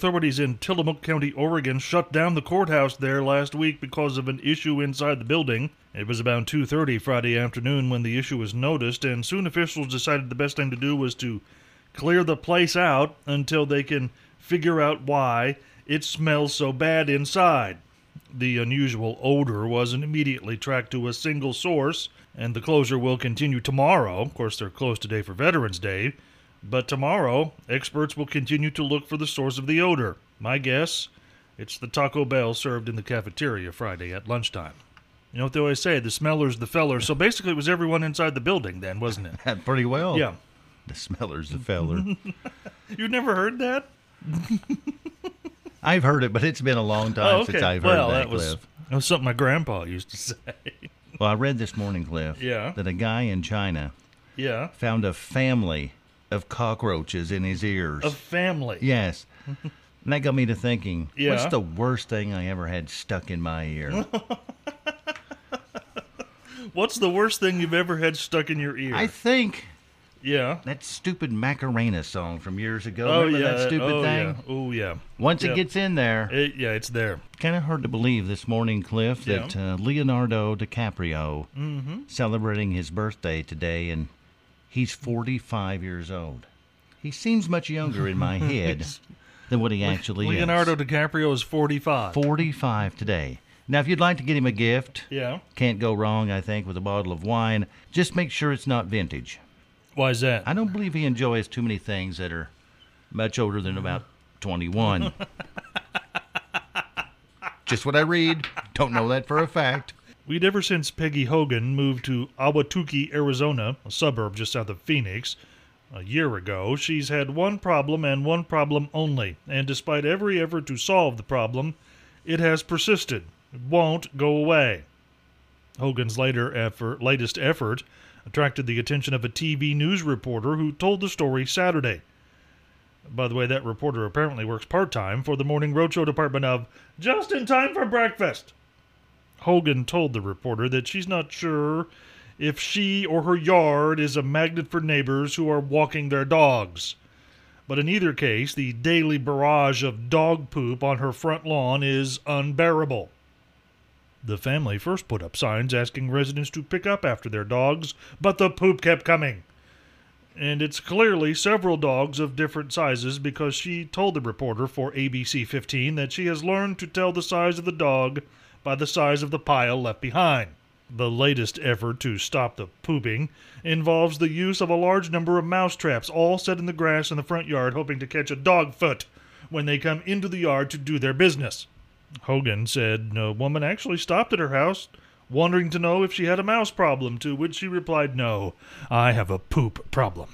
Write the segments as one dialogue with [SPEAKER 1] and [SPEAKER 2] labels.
[SPEAKER 1] Authorities in Tillamook County, Oregon shut down the courthouse there last week because of an issue inside the building. It was about 2:30 Friday afternoon when the issue was noticed and soon officials decided the best thing to do was to clear the place out until they can figure out why it smells so bad inside. The unusual odor wasn't immediately tracked to a single source and the closure will continue tomorrow. Of course, they're closed today for Veterans Day. But tomorrow, experts will continue to look for the source of the odor. My guess, it's the Taco Bell served in the cafeteria Friday at lunchtime. You know what they always say, the smeller's the feller. So basically, it was everyone inside the building then, wasn't it?
[SPEAKER 2] Pretty well.
[SPEAKER 1] Yeah.
[SPEAKER 2] The smeller's the feller.
[SPEAKER 1] You've never heard that?
[SPEAKER 2] I've heard it, but it's been a long time since I've heard
[SPEAKER 1] Oh, well,
[SPEAKER 2] that,
[SPEAKER 1] that was,
[SPEAKER 2] Cliff.
[SPEAKER 1] that was something my grandpa used to say.
[SPEAKER 2] Well, I read this morning, Cliff,
[SPEAKER 1] Yeah.
[SPEAKER 2] that a guy in China
[SPEAKER 1] Yeah.
[SPEAKER 2] found a family of cockroaches in his ears.
[SPEAKER 1] A family.
[SPEAKER 2] Yes. And that got me to thinking, what's
[SPEAKER 1] Yeah.
[SPEAKER 2] the worst thing I ever had stuck in my ear?
[SPEAKER 1] What's the worst thing you've ever had stuck in your ear?
[SPEAKER 2] I think
[SPEAKER 1] yeah.
[SPEAKER 2] that stupid Macarena song from years ago.
[SPEAKER 1] Oh
[SPEAKER 2] Remember
[SPEAKER 1] yeah.
[SPEAKER 2] that stupid
[SPEAKER 1] oh,
[SPEAKER 2] thing?
[SPEAKER 1] Yeah. Oh yeah.
[SPEAKER 2] Once
[SPEAKER 1] Yeah.
[SPEAKER 2] it gets in there,
[SPEAKER 1] It- yeah, it's there.
[SPEAKER 2] kind of hard to believe this morning, Cliff, that uh, Leonardo DiCaprio
[SPEAKER 1] Mm-hmm.
[SPEAKER 2] celebrating his birthday today, and he's 45 years old. He seems much younger in my head than what he actually
[SPEAKER 1] Leonardo
[SPEAKER 2] is.
[SPEAKER 1] DiCaprio is 45.
[SPEAKER 2] 45 today. Now, if you'd like to get him a gift,
[SPEAKER 1] Yeah.
[SPEAKER 2] can't go wrong, I think, with a bottle of wine. Just make sure it's not vintage.
[SPEAKER 1] Why is that?
[SPEAKER 2] I don't believe he enjoys too many things that are much older than about 21. Just what I read. Don't know that for a fact.
[SPEAKER 1] We'd ever since Peggy Hogan moved to Awatuki, Arizona, a suburb just south of Phoenix, a year ago, she's had one problem and one problem only. And despite every effort to solve the problem, it has persisted. It won't go away. Hogan's later effort, latest effort attracted the attention of a TV news reporter who told the story Saturday. By the way, that reporter apparently works part time for the Morning Roadshow department of Just in Time for Breakfast. Hogan told the reporter that she's not sure if she or her yard is a magnet for neighbors who are walking their dogs. But in either case, the daily barrage of dog poop on her front lawn is unbearable. The family first put up signs asking residents to pick up after their dogs, but the poop kept coming. And it's clearly several dogs of different sizes because she told the reporter for ABC 15 that she has learned to tell the size of the dog by the size of the pile left behind. The latest effort to stop the pooping involves the use of a large number of mouse traps, all set in the grass in the front yard, hoping to catch a dog foot when they come into the yard to do their business. Hogan said a woman actually stopped at her house, wondering to know if she had a mouse problem, to which she replied, No, I have a poop problem.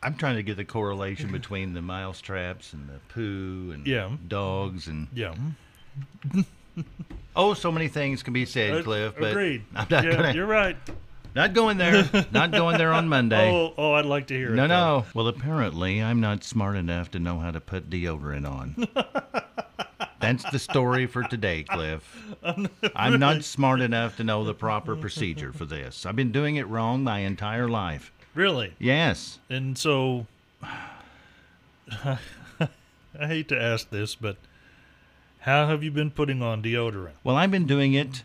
[SPEAKER 2] I'm trying to get the correlation between the mouse traps and the poo and
[SPEAKER 1] Yeah.
[SPEAKER 2] dogs and
[SPEAKER 1] Yeah.
[SPEAKER 2] oh, so many things can be said, Cliff. But
[SPEAKER 1] Agreed.
[SPEAKER 2] I'm not
[SPEAKER 1] yeah,
[SPEAKER 2] gonna,
[SPEAKER 1] You're right.
[SPEAKER 2] not going there. not going there on Monday.
[SPEAKER 1] Oh, oh, I'd like to hear it.
[SPEAKER 2] No,
[SPEAKER 1] though.
[SPEAKER 2] no. Well, apparently, I'm not smart enough to know how to put deodorant on. That's the story for today, Cliff. I'm not smart enough to know the proper procedure for this. I've been doing it wrong my entire life.
[SPEAKER 1] Really?
[SPEAKER 2] Yes.
[SPEAKER 1] And so, I hate to ask this, but how have you been putting on deodorant?
[SPEAKER 2] Well, I've been doing it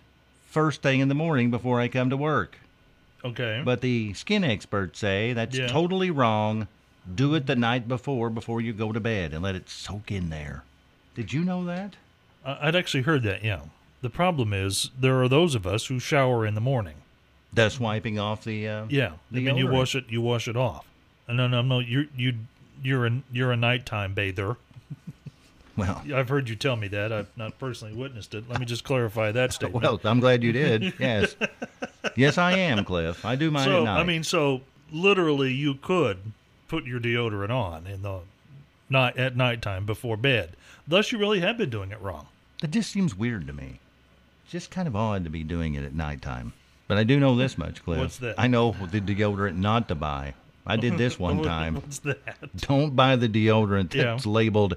[SPEAKER 2] first thing in the morning before I come to work.
[SPEAKER 1] Okay.
[SPEAKER 2] But the skin experts say that's
[SPEAKER 1] Yeah.
[SPEAKER 2] totally wrong. Do it the night before, before you go to bed, and let it soak in there. Did you know that?
[SPEAKER 1] I- I'd actually heard that, yeah. The problem is, there are those of us who shower in the morning.
[SPEAKER 2] Thus wiping off the. Uh,
[SPEAKER 1] Yeah, I mean, you
[SPEAKER 2] Deodorant.
[SPEAKER 1] wash it. You wash it off. Uh, No, no, no. You you you're an you're a nighttime bather.
[SPEAKER 2] Well,
[SPEAKER 1] I've heard you tell me that. I've not personally witnessed it. Let me just clarify that statement.
[SPEAKER 2] Well, I'm glad you did. Yes. yes, I am, Cliff. I do mine at
[SPEAKER 1] so
[SPEAKER 2] night.
[SPEAKER 1] I mean, so literally, you could put your deodorant on in the night at nighttime before bed. Thus, you really have been doing it wrong.
[SPEAKER 2] it just seems weird to me. Just kind of odd to be doing it at nighttime. But I do know this much, Cliff.
[SPEAKER 1] What's that?
[SPEAKER 2] I know the deodorant not to buy. I did this one
[SPEAKER 1] What-
[SPEAKER 2] time.
[SPEAKER 1] What's that?
[SPEAKER 2] Don't buy the deodorant
[SPEAKER 1] Yeah.
[SPEAKER 2] that's labeled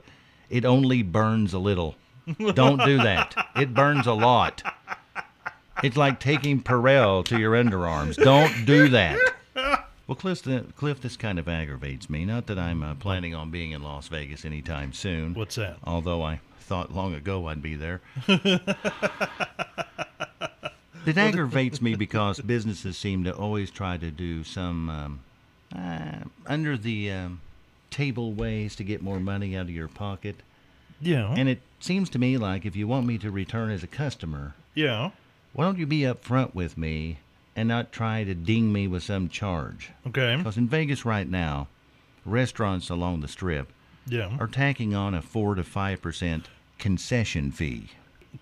[SPEAKER 2] it only burns a little. Don't do that. It burns a lot. It's like taking Perel to your underarms. Don't do that. Well, Cliff, th- Cliff, this kind of aggravates me. Not that I'm uh, planning on being in Las Vegas anytime soon.
[SPEAKER 1] What's that?
[SPEAKER 2] Although I thought long ago I'd be there. it aggravates me because businesses seem to always try to do some um, uh, under the um, table ways to get more money out of your pocket.
[SPEAKER 1] Yeah.
[SPEAKER 2] And it seems to me like if you want me to return as a customer,
[SPEAKER 1] yeah.
[SPEAKER 2] why don't you be up front with me and not try to ding me with some charge?
[SPEAKER 1] Okay.
[SPEAKER 2] Because in Vegas right now, restaurants along the strip
[SPEAKER 1] Yeah.
[SPEAKER 2] are tacking on a 4 to 5% concession fee.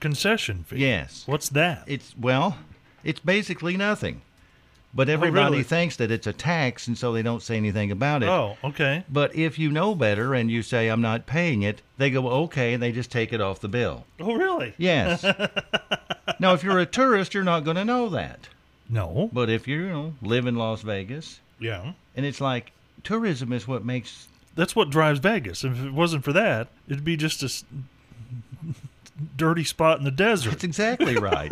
[SPEAKER 1] Concession fee.
[SPEAKER 2] Yes.
[SPEAKER 1] What's that?
[SPEAKER 2] It's well, it's basically nothing. But everybody
[SPEAKER 1] really?
[SPEAKER 2] thinks that it's a tax and so they don't say anything about it.
[SPEAKER 1] oh, okay.
[SPEAKER 2] But if you know better and you say I'm not paying it, they go okay and they just take it off the bill.
[SPEAKER 1] Oh, really?
[SPEAKER 2] Yes. now if you're a tourist, you're not going to know that.
[SPEAKER 1] No.
[SPEAKER 2] But if you, you know, live in Las Vegas
[SPEAKER 1] Yeah.
[SPEAKER 2] and it's like tourism is what makes
[SPEAKER 1] That's what drives Vegas. If it wasn't for that, it'd be just a s- dirty spot in the desert.
[SPEAKER 2] That's exactly right.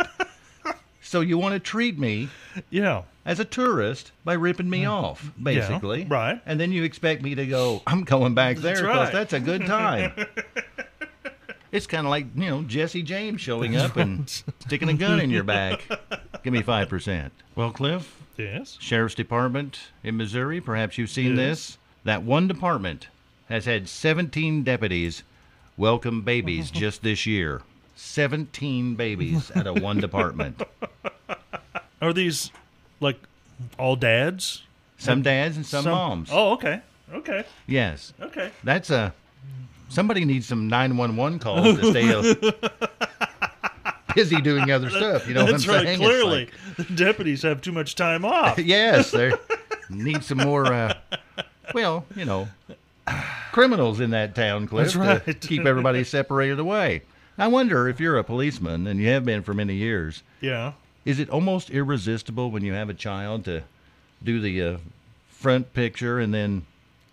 [SPEAKER 2] so you want to treat me
[SPEAKER 1] yeah.
[SPEAKER 2] as a tourist by ripping me off, basically.
[SPEAKER 1] right.
[SPEAKER 2] And then you expect me to go, I'm going back there
[SPEAKER 1] That's
[SPEAKER 2] because
[SPEAKER 1] right.
[SPEAKER 2] that's a good time. it's kind of like, you know, Jesse James showing up and sticking a gun in your back. Give me 5%. Well, Cliff,
[SPEAKER 1] Yes.
[SPEAKER 2] Sheriff's Department in Missouri, perhaps you've seen this. That one department has had 17 deputies welcome babies just this year. 17 babies out of one department.
[SPEAKER 1] Are these like all dads?
[SPEAKER 2] Some dads and some, moms.
[SPEAKER 1] Oh, okay. Okay.
[SPEAKER 2] Yes.
[SPEAKER 1] Okay.
[SPEAKER 2] That's a. Somebody needs some 911 calls to stay
[SPEAKER 1] Oh,
[SPEAKER 2] uh, busy doing other stuff. You know
[SPEAKER 1] That's
[SPEAKER 2] what I'm
[SPEAKER 1] right.
[SPEAKER 2] saying? It's
[SPEAKER 1] Clearly,
[SPEAKER 2] like-
[SPEAKER 1] the deputies have too much time off.
[SPEAKER 2] yes, they need some more. Uh, well, you know, criminals in that town, Cliff,
[SPEAKER 1] That's
[SPEAKER 2] to
[SPEAKER 1] right.
[SPEAKER 2] keep everybody separated away. I wonder if you're a policeman and you have been for many years.
[SPEAKER 1] Yeah.
[SPEAKER 2] Is it almost irresistible when you have a child to do the uh, front picture and then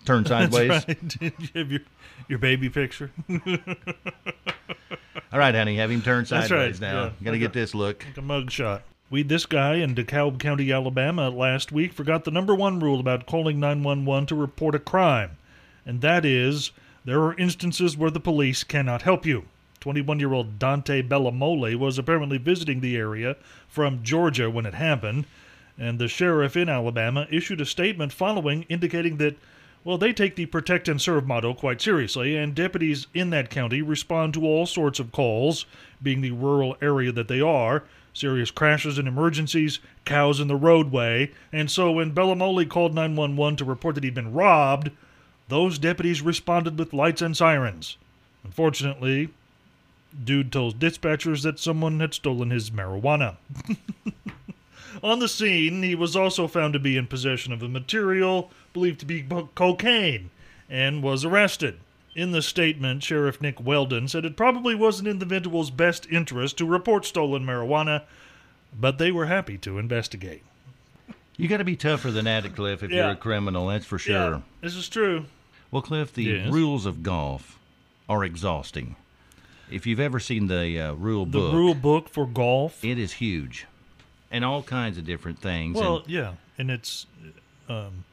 [SPEAKER 2] turn sideways?
[SPEAKER 1] Right. you have your, your baby picture. Like
[SPEAKER 2] All right, honey, have him turn
[SPEAKER 1] That's
[SPEAKER 2] sideways
[SPEAKER 1] right,
[SPEAKER 2] now.
[SPEAKER 1] yeah.
[SPEAKER 2] Gotta get this look.
[SPEAKER 1] a mugshot. We, this guy in DeKalb County, Alabama, last week forgot the number one rule about calling 911 to report a crime, and that is there are instances where the police cannot help you. 21 year old Dante Bellamole was apparently visiting the area from Georgia when it happened, and the sheriff in Alabama issued a statement following indicating that Well, they take the protect and serve motto quite seriously, and deputies in that county respond to all sorts of calls, being the rural area that they are serious crashes and emergencies, cows in the roadway. And so when Bellamoli called 911 to report that he'd been robbed, those deputies responded with lights and sirens. Unfortunately, dude tells dispatchers that someone had stolen his marijuana. On the scene, he was also found to be in possession of the material believed to be co- cocaine and was arrested. In the statement, Sheriff Nick Weldon said it probably wasn't in the individual's best interest to report stolen marijuana, but they were happy to investigate.
[SPEAKER 2] You gotta be tougher than that, Cliff, if you're
[SPEAKER 1] Yeah.
[SPEAKER 2] a criminal, that's for sure.
[SPEAKER 1] Yeah, this is true.
[SPEAKER 2] Well, Cliff, the
[SPEAKER 1] Yes.
[SPEAKER 2] rules of golf are exhausting. If you've ever seen the uh, rule
[SPEAKER 1] The
[SPEAKER 2] book,
[SPEAKER 1] rule book for golf.
[SPEAKER 2] it is huge, and all kinds of different things.
[SPEAKER 1] Well,
[SPEAKER 2] and
[SPEAKER 1] yeah, and it's um,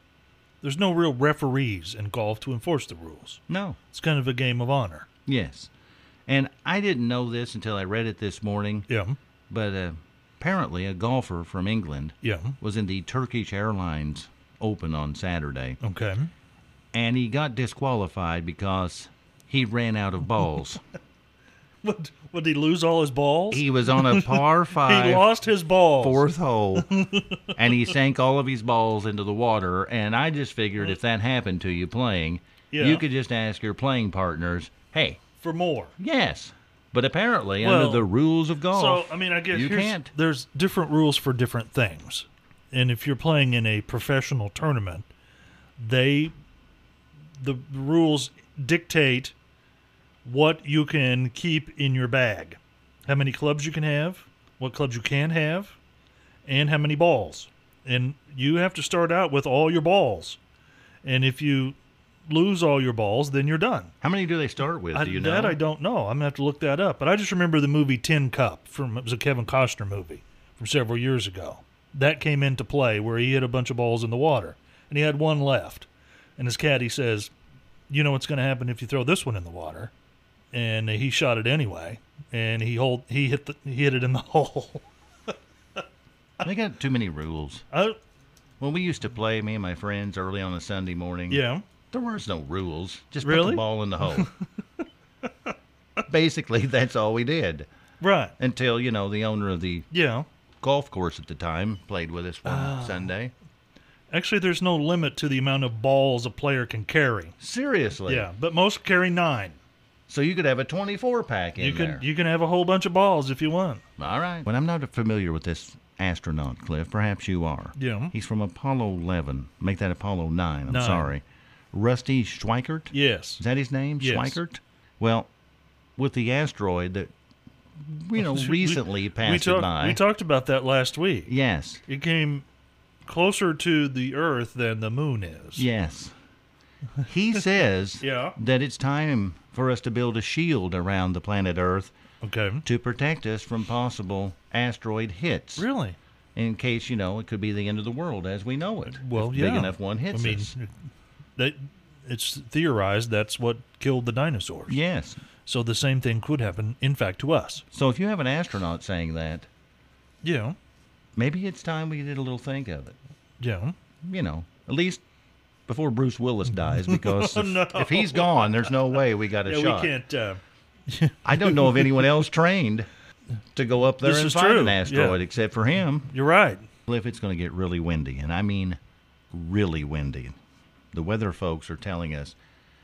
[SPEAKER 1] there's no real referees in golf to enforce the rules.
[SPEAKER 2] no,
[SPEAKER 1] It's kind of a game of honor.
[SPEAKER 2] yes, and I didn't know this until I read it this morning.
[SPEAKER 1] Yeah,
[SPEAKER 2] But uh, apparently, a golfer from England
[SPEAKER 1] yeah,
[SPEAKER 2] was in the Turkish Airlines Open on Saturday,
[SPEAKER 1] okay,
[SPEAKER 2] and he got disqualified because he ran out of balls.
[SPEAKER 1] What would he lose all his balls?
[SPEAKER 2] he was on a par
[SPEAKER 1] He
[SPEAKER 2] five,
[SPEAKER 1] lost his balls.
[SPEAKER 2] fourth hole, and he sank all of his balls into the water. And I just figured if that happened to you playing,
[SPEAKER 1] Yeah.
[SPEAKER 2] you could just ask your playing partners, "Hey,
[SPEAKER 1] for more.
[SPEAKER 2] yes." But apparently,
[SPEAKER 1] Well,
[SPEAKER 2] under the rules of
[SPEAKER 1] So
[SPEAKER 2] golf,
[SPEAKER 1] I mean, I guess
[SPEAKER 2] you
[SPEAKER 1] here's-
[SPEAKER 2] can't.
[SPEAKER 1] There's different rules for different things, and if you're playing in a professional tournament, they the rules dictate what you can keep in your bag, how many clubs you can have, what clubs you can have, and how many balls. And you have to start out with all your balls. And if you lose all your balls, then you're done.
[SPEAKER 2] How many do they start with?
[SPEAKER 1] I,
[SPEAKER 2] do you know?
[SPEAKER 1] that I don't know. I'm gonna have to look that up. But I just remember the movie Tin Cup from it was a Kevin Costner movie from several years ago. That came into play where he hit a bunch of balls in the water and he had one left. And his caddy says, "You know what's going to happen if you throw this one in the water?" And he shot it anyway, and he hold he hit the he hit it in the hole.
[SPEAKER 2] They got too many rules.
[SPEAKER 1] I,
[SPEAKER 2] When we used to play, me and my friends, early on a Sunday morning,
[SPEAKER 1] yeah,
[SPEAKER 2] there was no rules. Just put
[SPEAKER 1] Really?
[SPEAKER 2] the ball in the hole. Basically, that's all we did
[SPEAKER 1] right.
[SPEAKER 2] until you know the owner of the
[SPEAKER 1] Yeah.
[SPEAKER 2] golf course at the time played with us one
[SPEAKER 1] Oh.
[SPEAKER 2] Sunday.
[SPEAKER 1] Actually, there's no limit to the amount of balls a player can carry.
[SPEAKER 2] Seriously,
[SPEAKER 1] Yeah, but most carry nine.
[SPEAKER 2] So you could have a 24 pack in
[SPEAKER 1] You can
[SPEAKER 2] there.
[SPEAKER 1] you can have a whole bunch of balls if you want.
[SPEAKER 2] All right. Well, I'm not familiar with this astronaut, Cliff. Perhaps you are.
[SPEAKER 1] Yeah.
[SPEAKER 2] He's from Apollo 11. Make that Apollo 9. I'm
[SPEAKER 1] Nine.
[SPEAKER 2] sorry. Rusty Schweikert?
[SPEAKER 1] Yes.
[SPEAKER 2] Is that his name?
[SPEAKER 1] Yes.
[SPEAKER 2] Schweikert? Well, with the asteroid that, you know,
[SPEAKER 1] We-
[SPEAKER 2] recently passed
[SPEAKER 1] we
[SPEAKER 2] it
[SPEAKER 1] talked,
[SPEAKER 2] by.
[SPEAKER 1] We talked about that last week.
[SPEAKER 2] yes.
[SPEAKER 1] It came closer to the Earth than the Moon is.
[SPEAKER 2] Yes. He says
[SPEAKER 1] Yeah.
[SPEAKER 2] that it's time for us to build a shield around the planet Earth
[SPEAKER 1] Okay.
[SPEAKER 2] to protect us from possible asteroid hits.
[SPEAKER 1] Really?
[SPEAKER 2] in case you know it could be the end of the world as we know it.
[SPEAKER 1] Well,
[SPEAKER 2] if
[SPEAKER 1] yeah.
[SPEAKER 2] big enough one hits
[SPEAKER 1] I mean,
[SPEAKER 2] us.
[SPEAKER 1] that it's theorized that's what killed the dinosaurs.
[SPEAKER 2] Yes.
[SPEAKER 1] So the same thing could happen, in fact, to us.
[SPEAKER 2] So if you have an astronaut saying that,
[SPEAKER 1] Yeah.
[SPEAKER 2] maybe it's time we did a little think of it.
[SPEAKER 1] Yeah.
[SPEAKER 2] You know, at least before Bruce Willis dies, because if, if he's gone, there's no way we got a
[SPEAKER 1] Yeah.
[SPEAKER 2] shot.
[SPEAKER 1] We can't. Uh,
[SPEAKER 2] I don't know of anyone else trained to go up there
[SPEAKER 1] This
[SPEAKER 2] and
[SPEAKER 1] is
[SPEAKER 2] find
[SPEAKER 1] true,
[SPEAKER 2] an
[SPEAKER 1] yeah.
[SPEAKER 2] asteroid except for him.
[SPEAKER 1] you're right.
[SPEAKER 2] Cliff, it's going to get really windy, and I mean really windy. The weather folks are telling us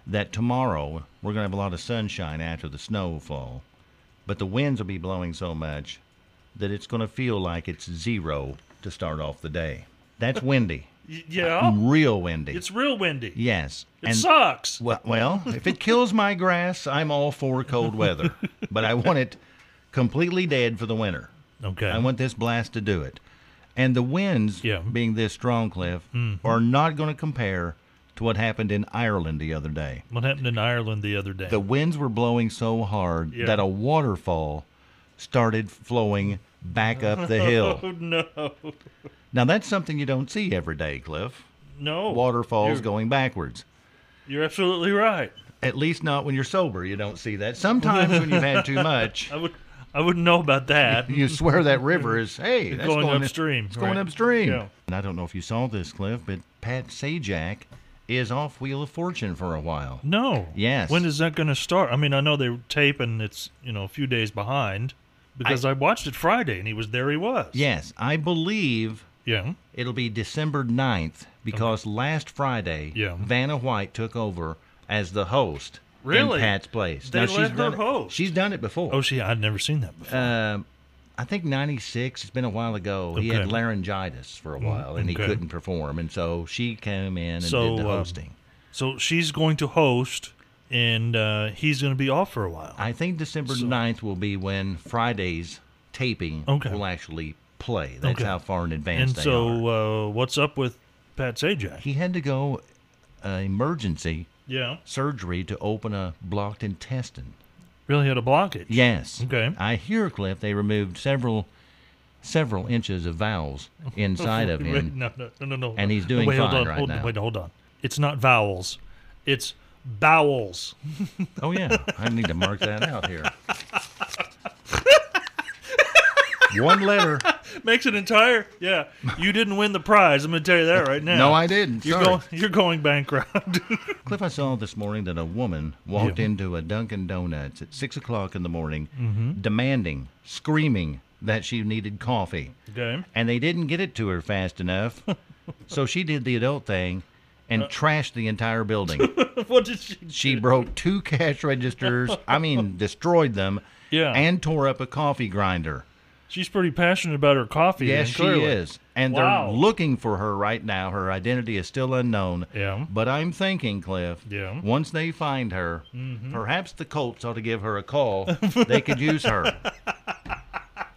[SPEAKER 2] that tomorrow we're going to have a lot of sunshine after the snowfall, but the winds will be blowing so much that it's going to feel like it's zero to start off the day. That's windy,
[SPEAKER 1] Y- yeah.
[SPEAKER 2] real windy.
[SPEAKER 1] It's real windy.
[SPEAKER 2] yes.
[SPEAKER 1] it sucks.
[SPEAKER 2] Well, well, if it kills my grass, I'm all for cold weather, but I want it completely dead for the winter.
[SPEAKER 1] Okay.
[SPEAKER 2] I want this blast to do it. And the winds,
[SPEAKER 1] Yeah. Mm-hmm.
[SPEAKER 2] being this strong, Cliff, are not going to compare to what happened in Ireland the other day.
[SPEAKER 1] what happened in Ireland the other day?
[SPEAKER 2] The winds were blowing so hard
[SPEAKER 1] Yeah.
[SPEAKER 2] that a waterfall started flowing back up the hill.
[SPEAKER 1] oh no.
[SPEAKER 2] now, that's something you don't see every day, Cliff.
[SPEAKER 1] No.
[SPEAKER 2] Waterfalls
[SPEAKER 1] You're-
[SPEAKER 2] going backwards.
[SPEAKER 1] You're absolutely right.
[SPEAKER 2] At least not when you're sober, you don't see that. Sometimes when you've had too much,
[SPEAKER 1] I would I wouldn't know about that.
[SPEAKER 2] you swear that river is hey that's
[SPEAKER 1] going
[SPEAKER 2] in-
[SPEAKER 1] upstream,
[SPEAKER 2] it's going
[SPEAKER 1] right.
[SPEAKER 2] upstream
[SPEAKER 1] Yeah.
[SPEAKER 2] and i don't know if you saw this cliff but pat sajak is off wheel of fortune for a while
[SPEAKER 1] No.
[SPEAKER 2] Yes.
[SPEAKER 1] When is that going to start? I mean, I know they tape and it's you know a few days behind because I, watched it Friday and he was there. He was.
[SPEAKER 2] yes i believe
[SPEAKER 1] Yeah.
[SPEAKER 2] it'll be december 9th because last friday
[SPEAKER 1] Yeah.
[SPEAKER 2] vanna white took over as the host in
[SPEAKER 1] Really?
[SPEAKER 2] pat's place
[SPEAKER 1] They let her
[SPEAKER 2] done it-
[SPEAKER 1] host.
[SPEAKER 2] she's done it before
[SPEAKER 1] Oh, she. I'd never seen that before.
[SPEAKER 2] Um, I think 96, it's been a while ago, he had
[SPEAKER 1] Okay. Mm,
[SPEAKER 2] laryngitis for a while and he
[SPEAKER 1] okay.
[SPEAKER 2] couldn't perform. And so she came in and
[SPEAKER 1] So,
[SPEAKER 2] did the
[SPEAKER 1] um,
[SPEAKER 2] hosting.
[SPEAKER 1] so she's going to host, and uh, he's going to be off for a while.
[SPEAKER 2] I think December ninth 9th will be when Friday's taping
[SPEAKER 1] Okay.
[SPEAKER 2] will actually play. That's
[SPEAKER 1] Okay.
[SPEAKER 2] how far in advance
[SPEAKER 1] and
[SPEAKER 2] they are.
[SPEAKER 1] so, uh, what's up with Pat Sajak?
[SPEAKER 2] He had to go uh, emergency
[SPEAKER 1] Yeah.
[SPEAKER 2] surgery to open a blocked intestine.
[SPEAKER 1] Really had a blockage.
[SPEAKER 2] Yes.
[SPEAKER 1] Okay.
[SPEAKER 2] I hear, Cliff, they removed several several inches of vowels inside of
[SPEAKER 1] Wait,
[SPEAKER 2] him.
[SPEAKER 1] No, no, no, no, no.
[SPEAKER 2] And he's doing
[SPEAKER 1] wait, hold
[SPEAKER 2] fine
[SPEAKER 1] on,
[SPEAKER 2] right
[SPEAKER 1] hold,
[SPEAKER 2] now.
[SPEAKER 1] Wait, hold on. It's not vowels. It's bowels.
[SPEAKER 2] Oh, yeah. I need to mark that out here. One letter.
[SPEAKER 1] Makes an entire yeah. You didn't win the prize. I'm gonna tell you that right now.
[SPEAKER 2] No, I didn't.
[SPEAKER 1] You're
[SPEAKER 2] Sorry.
[SPEAKER 1] going. You're going bankrupt.
[SPEAKER 2] Cliff, I saw this morning that a woman walked into a Dunkin' Donuts at six o'clock in the morning, demanding, screaming that she needed coffee,
[SPEAKER 1] okay.
[SPEAKER 2] and they didn't get it to her fast enough, so she did the adult thing and trashed the entire building.
[SPEAKER 1] What did she?
[SPEAKER 2] she broke two cash registers. I mean, destroyed them.
[SPEAKER 1] Yeah.
[SPEAKER 2] And tore up a coffee grinder.
[SPEAKER 1] She's pretty passionate about her coffee.
[SPEAKER 2] Yes,
[SPEAKER 1] then,
[SPEAKER 2] she
[SPEAKER 1] clearly.
[SPEAKER 2] is. And
[SPEAKER 1] Wow.
[SPEAKER 2] they're looking for her right now. Her identity is still unknown.
[SPEAKER 1] Yeah.
[SPEAKER 2] But I'm thinking, Cliff,
[SPEAKER 1] Yeah. Mm-hmm.
[SPEAKER 2] once they find her, perhaps the Colts ought to give her a call. they could use her.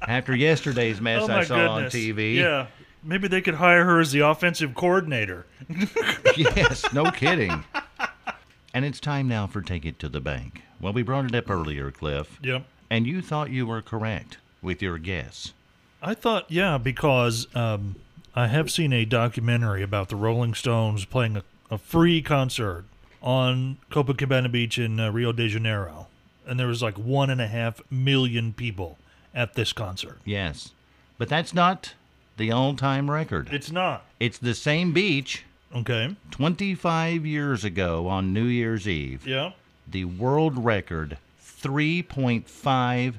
[SPEAKER 2] After yesterday's mess
[SPEAKER 1] oh my
[SPEAKER 2] I saw
[SPEAKER 1] goodness.
[SPEAKER 2] on TV.
[SPEAKER 1] Yeah. Maybe they could hire her as the offensive coordinator.
[SPEAKER 2] Yes, no kidding. And it's time now for Take It to the Bank. Well, we brought it up earlier, Cliff,
[SPEAKER 1] Yep.
[SPEAKER 2] and you thought you were correct with your guess.
[SPEAKER 1] I thought, yeah, because um, I have seen a documentary about the Rolling Stones playing a, a free concert on Copacabana Beach in uh, Rio de Janeiro. And there was like one and a half million people at this concert.
[SPEAKER 2] Yes. But that's not the all time record.
[SPEAKER 1] It's not.
[SPEAKER 2] It's the same beach
[SPEAKER 1] Okay.
[SPEAKER 2] 25 years ago on New Year's Eve.
[SPEAKER 1] Yeah.
[SPEAKER 2] The world record 3.5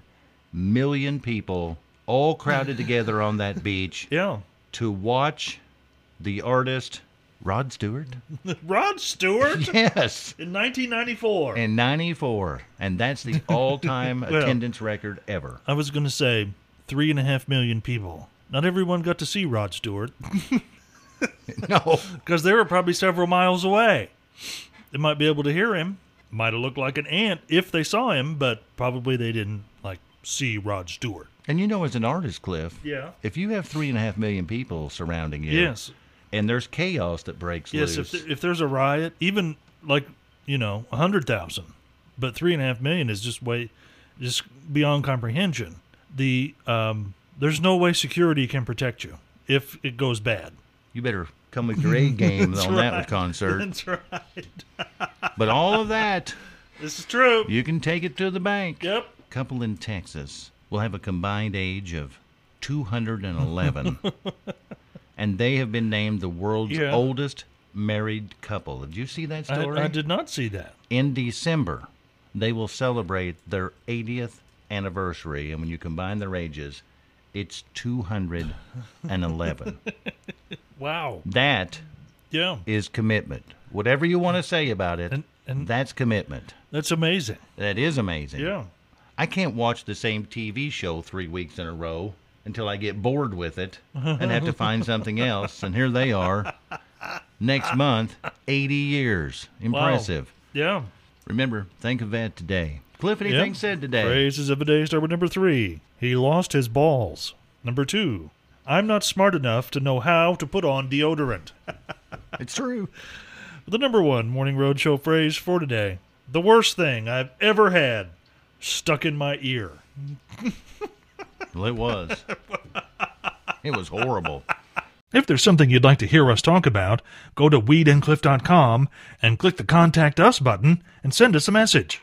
[SPEAKER 2] million people all crowded together on that beach
[SPEAKER 1] Yeah.
[SPEAKER 2] to watch the artist Rod Stewart.
[SPEAKER 1] Rod Stewart
[SPEAKER 2] Yes.
[SPEAKER 1] in 1994.
[SPEAKER 2] And 94. And that's the all time attendance record ever.
[SPEAKER 1] I was going to say three and a half million people. Not everyone got to see Rod Stewart
[SPEAKER 2] No.
[SPEAKER 1] because they were probably several miles away. They might be able to hear him. Might have looked like an ant if they saw him, but probably they didn't like see Rod Stewart.
[SPEAKER 2] And you know, as an artist, Cliff,
[SPEAKER 1] Yeah.
[SPEAKER 2] if you have three and a half million people surrounding you,
[SPEAKER 1] Yes.
[SPEAKER 2] and there's chaos that breaks
[SPEAKER 1] Yes. If,
[SPEAKER 2] loose,
[SPEAKER 1] th- if there's a riot, even like you know a hundred thousand, but three and a half million is just way, just beyond comprehension. The um, there's no way security can protect you if it goes bad.
[SPEAKER 2] you better come with your A game on that concert.
[SPEAKER 1] That's right.
[SPEAKER 2] But all of that,
[SPEAKER 1] This is true.
[SPEAKER 2] you can take it to the bank.
[SPEAKER 1] Yep.
[SPEAKER 2] Couple in Texas will have a combined age of 211, and they have been named the world's
[SPEAKER 1] Yeah.
[SPEAKER 2] oldest married couple. Did you see that
[SPEAKER 1] I,
[SPEAKER 2] story?
[SPEAKER 1] I did not see that.
[SPEAKER 2] in December, they will celebrate their 80th anniversary. And when you combine their ages, it's 211.
[SPEAKER 1] Wow.
[SPEAKER 2] that
[SPEAKER 1] Yeah.
[SPEAKER 2] is commitment. Whatever you want to say about it,
[SPEAKER 1] And- and-
[SPEAKER 2] that's commitment.
[SPEAKER 1] That's amazing.
[SPEAKER 2] That is amazing.
[SPEAKER 1] Yeah.
[SPEAKER 2] I can't watch the same TV show three weeks in a row until I get bored with it and have to find something else. And here they are next month, 80 years. Impressive.
[SPEAKER 1] Yeah.
[SPEAKER 2] Remember, think of that today. Cliff, anything
[SPEAKER 1] Yeah.
[SPEAKER 2] said today?
[SPEAKER 1] Phrases of the day start with number three. He lost his balls. Number two. I'm not smart enough to know how to put on deodorant.
[SPEAKER 2] It's true.
[SPEAKER 1] The number one morning roadshow phrase for today. The worst thing I've ever had stuck in my ear.
[SPEAKER 2] Well, it was. it was horrible.
[SPEAKER 1] If there's something you'd like to hear us talk about, go to weedandcliff.com and click the Contact Us button and send us a message.